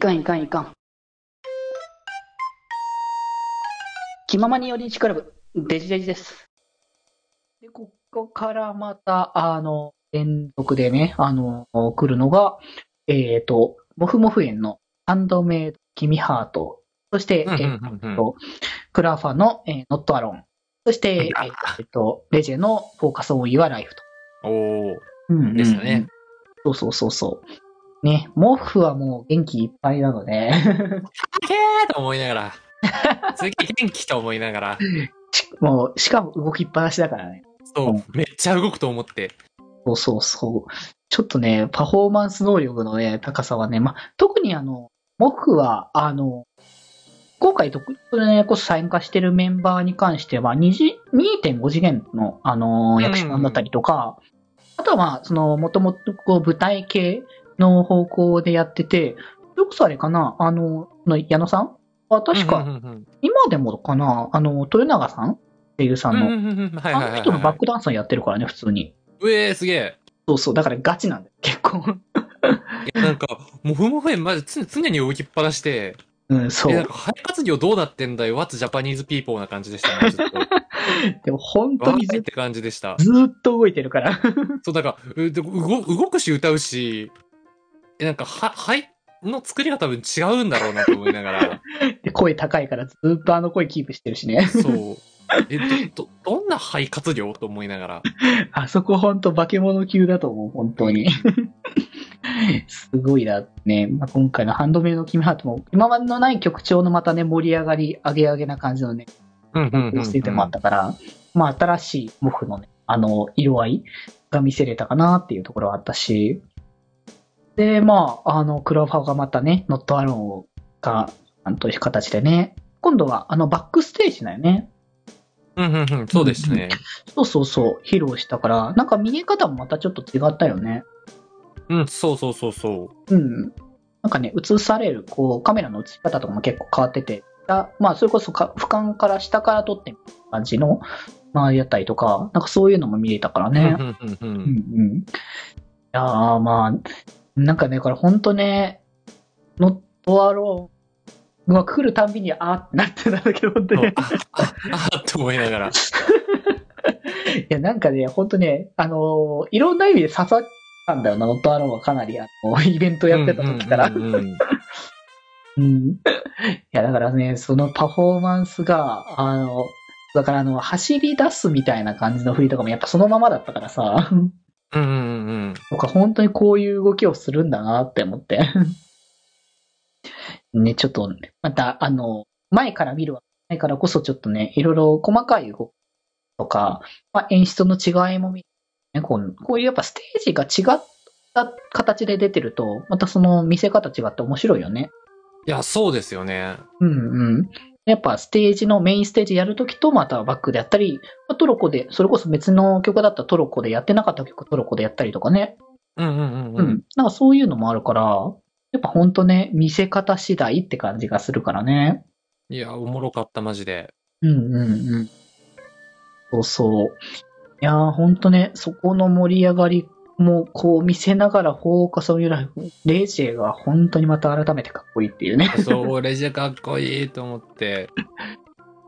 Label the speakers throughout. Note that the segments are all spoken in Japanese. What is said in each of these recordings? Speaker 1: かんいかんいかん。気ままに寄り道クラブ、デジデジです。
Speaker 2: で、ここからまた、あの、連続でね、あの、来るのが、えっ、と、モフモフ園のハンドメイド君ハート、そして、えークラファの、えーノットアロン、そして、えっ、と、レジェのフォーカスオンイワライフと。
Speaker 3: おお
Speaker 2: うん
Speaker 3: ですね。
Speaker 2: うんそうそうそうそう。ね、モフはもう元気いっぱいなので、
Speaker 3: けーと思いながら。 すげえ元気と思いながら。
Speaker 2: しもう、しかも動きっぱなしだからね。
Speaker 3: そう、めっちゃ動くと思って。
Speaker 2: そうそうそう。ちょっとね、パフォーマンス能力のね、高さはね、まあ、特にあの、僕は、あの、今回特にね、こそ参加してるメンバーに関しては、2次2.5次元の、あの、役者さんだったりとか、あとはまあ、その、もともとこう、舞台系の方向でやってて、それこそあれかな、あの、の矢野さんは確
Speaker 3: うん
Speaker 2: か、
Speaker 3: うんうん
Speaker 2: 今でもかな、あの、豊永さんっていうさん
Speaker 3: うん。
Speaker 2: の、
Speaker 3: うんうんうんはいはい
Speaker 2: あ
Speaker 3: は
Speaker 2: の
Speaker 3: い
Speaker 2: 人の
Speaker 3: は
Speaker 2: バ
Speaker 3: い
Speaker 2: ッ。クダンサーやってるからね、普通に。
Speaker 3: うえー、すげえ。
Speaker 2: そうそう、だからガチなんだよ、結 構。
Speaker 3: いやなんか、もふもふ園、まずつ常に動きっぱなしで、
Speaker 2: うん、そ
Speaker 3: え、なん
Speaker 2: う。
Speaker 3: か、肺活業どうなってんだよ、What's Japanese people な感じでしたね、ち ょっと。
Speaker 2: でも本当
Speaker 3: わ
Speaker 2: に
Speaker 3: ーいっ
Speaker 2: ず
Speaker 3: て感じでした。
Speaker 2: ずーっと動いてるから。
Speaker 3: そう、だから、うで動動くし歌うし、え、なんか、は、肺の作りが多分違うんだろうなと思いながら。
Speaker 2: で声高いからずーっとあの声キープしてるしね。
Speaker 3: そう。え、ど、ど、どんな肺活量と思いながら。
Speaker 2: あそこ本当化け物級だと思う、本当に。 すごいな、ね。まあ、今回のハンドメイドキムハートも、今までのない曲調のまたね、盛り上がり、上げ上げな感じのね、
Speaker 3: うんうんうん、う
Speaker 2: ステージもあったから、まあ、新しいモフのね、あの、色合いが見せれたかなっていうところはあったし、で、まあ、あの、クラファーがまたね、ノットアロンが、なんという形でね、今度は、あの、バックステージだよね。
Speaker 3: うんうんうん、そうですね。
Speaker 2: そうそうそう、披露したから、なんか見え方もまたちょっと違ったよね。
Speaker 3: うん、そうそうそうそ
Speaker 2: うん。なんかね、映される、こう、カメラの映し方とかも結構変わってて、あまあ、それこそか、俯瞰から下から撮ってみた感じの、まあ、やったりとか、なんかそういうのも見れたから
Speaker 3: う。
Speaker 2: ね。
Speaker 3: うんうんうんう
Speaker 2: うん
Speaker 3: ん。
Speaker 2: うん。いやーまあ、なんかね、これほんとね、ノットアローンが来るたんびに、あーってなってたんだけど、ほんと
Speaker 3: そう
Speaker 2: ね。
Speaker 3: あ、あ、あ、と思いながら。
Speaker 2: いや、なんかね、ほんとね、あのーいろんな意味で刺さったんだよな、ノットアローンが かなり、あの、イベントやってた時から。
Speaker 3: うんうんうんうん
Speaker 2: うん。いや、だからね、そのパフォーマンスが、あの、だからあの、走り出すみたいな感じの振りとかもやっぱそのままだったからさ、
Speaker 3: うんうんうん
Speaker 2: なんか本当にこういう動きをするんだなって思って。 ね、ちょっと、また、あの、前から見るわけないからこそちょっとね、いろいろ細かい動きとか、まあ、演出の違いも見る、ねこう。こういうやっぱステージが違った形で出てると、またその見せ方違って面白いよね。
Speaker 3: いや、そうですよね。
Speaker 2: うんうん。やっぱステージのメインステージやるときと、またバックでやったり、まあトロコで、それこそ別の曲だったらトロコでやってなかった曲トロコでやったりとかね。
Speaker 3: うんうんうん
Speaker 2: う
Speaker 3: うん。
Speaker 2: ん。なんかそういうのもあるから、やっぱほんとね、見せ方次第って感じがするからね。
Speaker 3: いや、おもろかった、マジで。
Speaker 2: うんうんうん。そうそう。いやーほんとね、そこの盛り上がりもこう見せながらフォーカスを見るレジェが本当にまた改めてかっこいいっていうね。
Speaker 3: そう、レジェかっこいいと思って。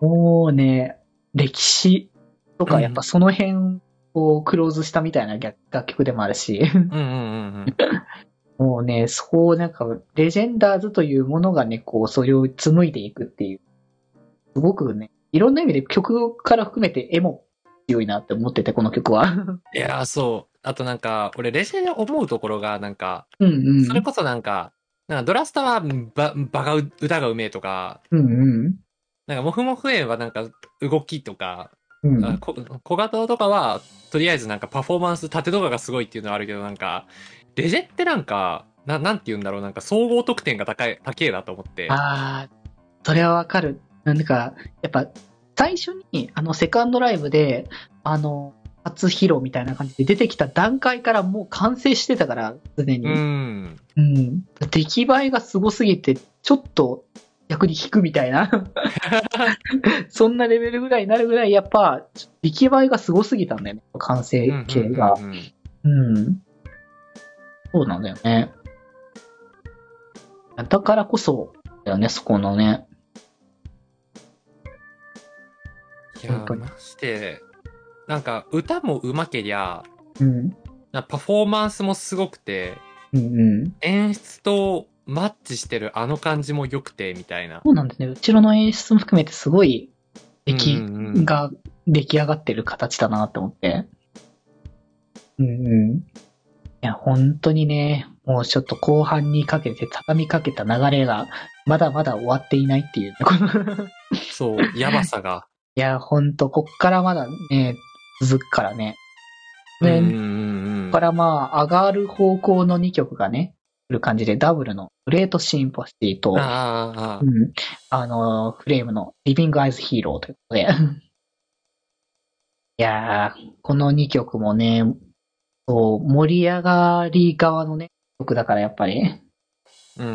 Speaker 2: もうね、歴史とか、やっぱその辺をクローズしたみたいな楽楽曲でもあるし、
Speaker 3: うんうんうんうん。
Speaker 2: もうね、そうなんか、レジェンダーズというものがね、こう、それを紡いでいくっていう、すごくね、いろんな意味で曲から含めて絵も強いなって思ってて、この曲は。
Speaker 3: いや、そう。あとなんか、俺、レジェで思うところが、なんか、
Speaker 2: うんうん。
Speaker 3: それこそなんか、なんかドラスタはば、ばがう、歌がうめえとか、
Speaker 2: うんうん。
Speaker 3: なんか、モフモフ園はなんか、動きとか、
Speaker 2: うん、
Speaker 3: あこ小型とかは、とりあえずなんかパフォーマンス、縦とかがすごいっていうのはあるけど、なんか、レジェってなんか、ななんて言うんだろう、なんか総合得点が高い、高えなと思って。
Speaker 2: ああ、それはわかる。なんか、やっぱ、最初に、あの、セカンドライブで、あの、初披露みたいな感じで出てきた段階からもう完成してたから、すで
Speaker 3: う
Speaker 2: に。
Speaker 3: ん。
Speaker 2: うん。出来栄えがすごすぎて、ちょっと逆に引くみたい な。そんなレベルぐらいになるぐらい、やっぱ、出来栄えがすごすぎたんだよね、完成形が
Speaker 3: うん。うんうんうん
Speaker 2: うん。そうなんだよね。いだからこそ、だよね、そこのね。
Speaker 3: いや
Speaker 2: 本当
Speaker 3: ー
Speaker 2: に
Speaker 3: ましてなんか歌もうまけりゃ
Speaker 2: うん。
Speaker 3: なパフォーマンスもすごくて
Speaker 2: うんうん。
Speaker 3: 演出とマッチしてるあの感じも良くてみたいな
Speaker 2: そうなんですね。うちらの演出も含めてすごい、出来
Speaker 3: うんうんうん
Speaker 2: が出来上がってる形だなって思って。うんうん。いや、本当にね、もうちょっと後半にかけて畳みかけた流れが、まだまだ終わっていないって いう。このい
Speaker 3: そうやばさが
Speaker 2: や、本当こっからまだね、続くからね。ね、
Speaker 3: うんうんう
Speaker 2: こ
Speaker 3: ん
Speaker 2: こからまあ、上がる方向の2曲がね、来る感じで、ダブルのグレートシンポシティと
Speaker 3: うん、あーあーあ
Speaker 2: う
Speaker 3: ー
Speaker 2: ん。あの、フレームのリビングアイズヒーローということで。 いやー、この2曲もね、そう、盛り上がり側のね、曲だからやっぱり。
Speaker 3: うんうんう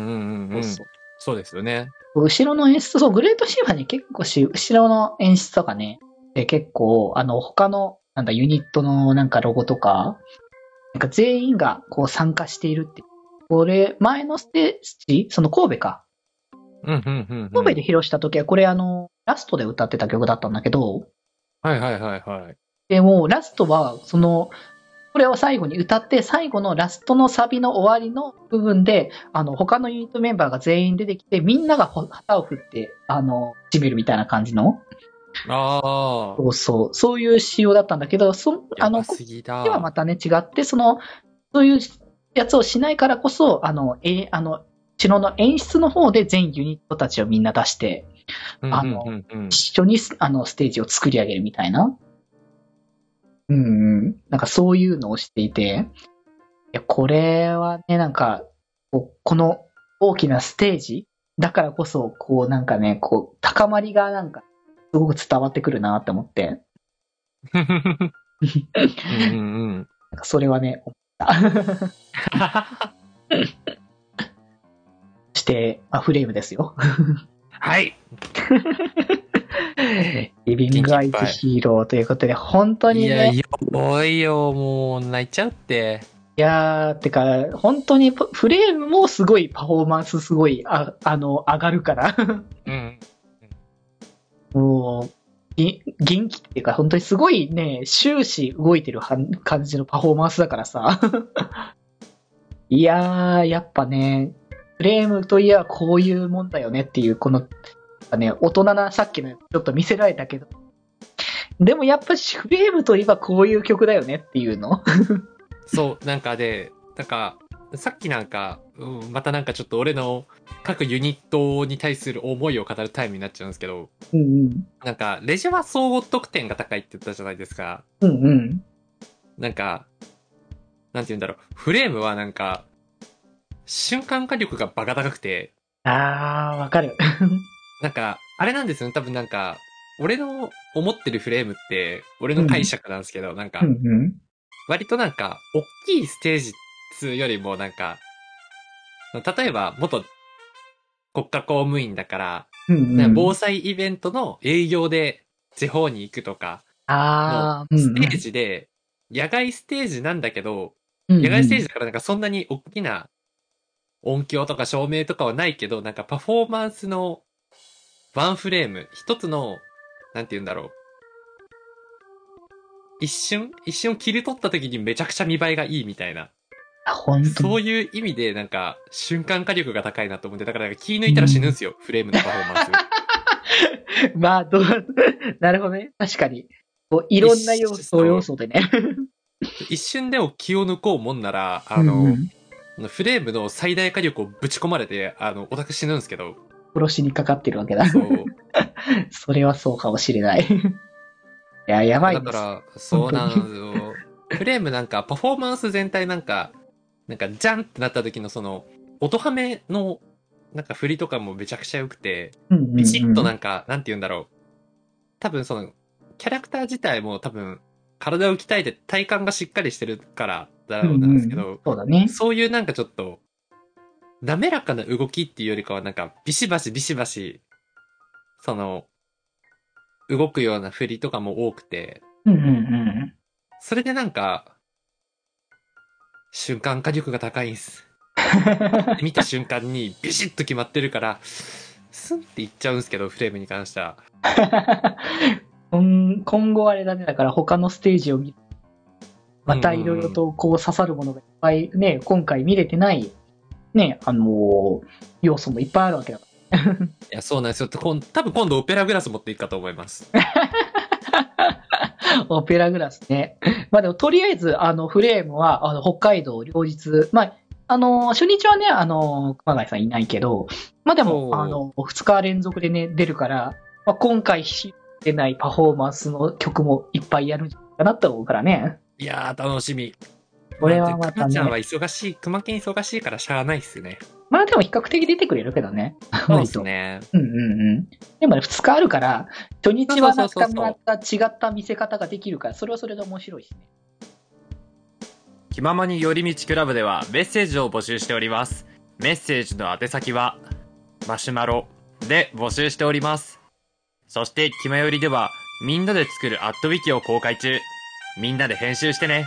Speaker 3: んうん
Speaker 2: そ
Speaker 3: そうですよね
Speaker 2: う後ろの演出、そう、グレートシーファニー結構し、後ろの演出とかね、で結構、あの、他の、なんだ、ユニットのなんかロゴとか、なんか全員がこう参加しているっていう。これ、前のステージ、その神戸か。
Speaker 3: うんうんうんうん
Speaker 2: 神戸で披露した時は、これあの、ラストで歌ってた曲だったんだけど、
Speaker 3: はいはいはいはい
Speaker 2: でも、ラストは、その、これを最後に歌って、最後のラストのサビの終わりの部分で、あの、他のユニットメンバーが全員出てきて、みんながほ旗を振って、あの、締めるみたいな感じの、
Speaker 3: あ
Speaker 2: そうそう、そういう仕様だったんだけど、そ、
Speaker 3: あ
Speaker 2: あ
Speaker 3: やば
Speaker 2: の、
Speaker 3: すぎだ
Speaker 2: ではまたね、違って、その、そういうやつをしないからこそ、あの、え、あの、後ろの演出の方で全ユニットたちをみんな出して、あの
Speaker 3: うんうんうんうん
Speaker 2: 一緒にスあのステージを作り上げるみたいな。うんうん。なんかそういうのをしていて、いや、これはね、なんか、こうこの大きなステージだからこそ、こうなんかね、こう、高まりがなんか、すごく伝わってくるなって思って、
Speaker 3: うんうんうん
Speaker 2: なんかそれはね、思った。そして、あ、フレームですよ。
Speaker 3: はい
Speaker 2: リビングアイズヒーローということで、本当にね。
Speaker 3: いや、やばいよ、もう、泣いちゃうって。
Speaker 2: いやー、てか、本当にポフレームもすごいパフォーマンスすごい、ああの、上がるから。
Speaker 3: うん。
Speaker 2: もう、ぎ元気っていうか、本当にすごいね、終始動いてるはん感じのパフォーマンスだからさ。 いやー、やっぱね、フレームといえばこういうもんだよねっていう、この、ね、大人なさっきのちょっと見せられたけど、でもやっぱしフレームといえばこういう曲だよねっていうの。
Speaker 3: そう、なんかで、なんか、さっきなんか、うんまたなんかちょっと俺の各ユニットに対する思いを語るタイムになっちゃうんですけど、
Speaker 2: うんうん。
Speaker 3: なんか、レジェは総合得点が高いって言ったじゃないですか。
Speaker 2: うんうん。
Speaker 3: なんか、なんて言うんだろう、フレームはなんか、瞬間火力がバカ高くて、
Speaker 2: あー、わかる。
Speaker 3: なんか、あれなんですよね、多分なんか、俺の思ってるフレームって、俺の解釈なんですけど、なんか、
Speaker 2: うん
Speaker 3: 割となんか、大きいステージ2よりもなんか、例えば元国家公務員だから、
Speaker 2: うん。うんうん、
Speaker 3: 防災イベントの営業で地方に行くとか、
Speaker 2: あー、
Speaker 3: ステージで、野外ステージなんだけど、
Speaker 2: うんうん、
Speaker 3: 野外ステージだからなんかそんなに大きな音響とか照明とかはないけど、なんかパフォーマンスのワンフレーム、一つの、なんて言うんだろう。一瞬一瞬切り取った時にめちゃくちゃ見栄えがいいみたいな。
Speaker 2: あ本当
Speaker 3: そ
Speaker 2: に
Speaker 3: ういう意味でなんか瞬間火力が高いなと思って、だからなんか気抜いたら死ぬんですよ、フレームのパフォーマン ス。
Speaker 2: まあ、どう、 なるほどね。確かに。こういろんな要
Speaker 3: 一緒そ
Speaker 2: 素、
Speaker 3: う
Speaker 2: 要素でね。
Speaker 3: 一瞬でも気を抜こうもんなら、あの、
Speaker 2: うんうん
Speaker 3: フレームの最大火力をぶち込まれて、あの、オタク死ぬんですけど、
Speaker 2: 殺しにかかってるわけだ。
Speaker 3: そう。
Speaker 2: それはそうかもしれない。い や、やばい
Speaker 3: だ
Speaker 2: で
Speaker 3: か
Speaker 2: す。
Speaker 3: ら、そうなんですよ。フレームなんか、パフォーマンス全体なんか、なんか、ジャンってなった時のその、音ハメの、なんか振りとかもめちゃくちゃ良くて、
Speaker 2: うんうんうん
Speaker 3: ビチッとなんか、なんて言うんだろう。多分その、キャラクター自体も多分、体を鍛えて体幹がしっかりしてるからだろうなんですけど、
Speaker 2: うんうんそうだね。
Speaker 3: そういうなんかちょっと、滑らかな動きっていうよりかはなんか、ビシバシビシバシ、その、動くような振りとかも多くて、
Speaker 2: うんうんうん。
Speaker 3: それでなんか、瞬間火力が高いんす。見た瞬間にビシッと決まってるから、スンっていっちゃうんですけど、フレームに関しては。
Speaker 2: 今今後あれだね、だから他のステージを見またいろいろとこう刺さるものがいっぱいね、今回見れてない、ね、あのー要素もいっぱいあるわけだか
Speaker 3: いや、そうなんですよ。こん多分今度オペラグラス持っていくかと思 います。
Speaker 2: ら。オペラグラスね。 まあでもとりあえず、あの、フレームは、あの、北海道両日、まあ、あのー初日はね、あのー熊谷さんいないけど、まあで
Speaker 3: おう
Speaker 2: も、あの、2日連続でね、出るから、まあ今回知ってないパフォーマンスの曲もいっぱいやるんじゃないかなと思うからね。
Speaker 3: いやー、楽しみ。
Speaker 2: これはま
Speaker 3: く
Speaker 2: た
Speaker 3: まち
Speaker 2: ね
Speaker 3: ゃん。は忙しい、くまけん忙しいからしゃあないっす ね。
Speaker 2: まあでも比較的出てくれるけどね。
Speaker 3: そうですね。
Speaker 2: うんうんうん。でもね、2日あるから、初日はなん
Speaker 3: そうそう
Speaker 2: か
Speaker 3: そうそう
Speaker 2: また違った見せ方ができるから、それはそれで面白いしね。
Speaker 4: 気ままに寄り道クラブではメッセージを募集しております。メッセージの宛先は、マシュマロで募集しております。そして、気まよりでは、みんなで作るアットウィキを公開中。みんなで編集してね。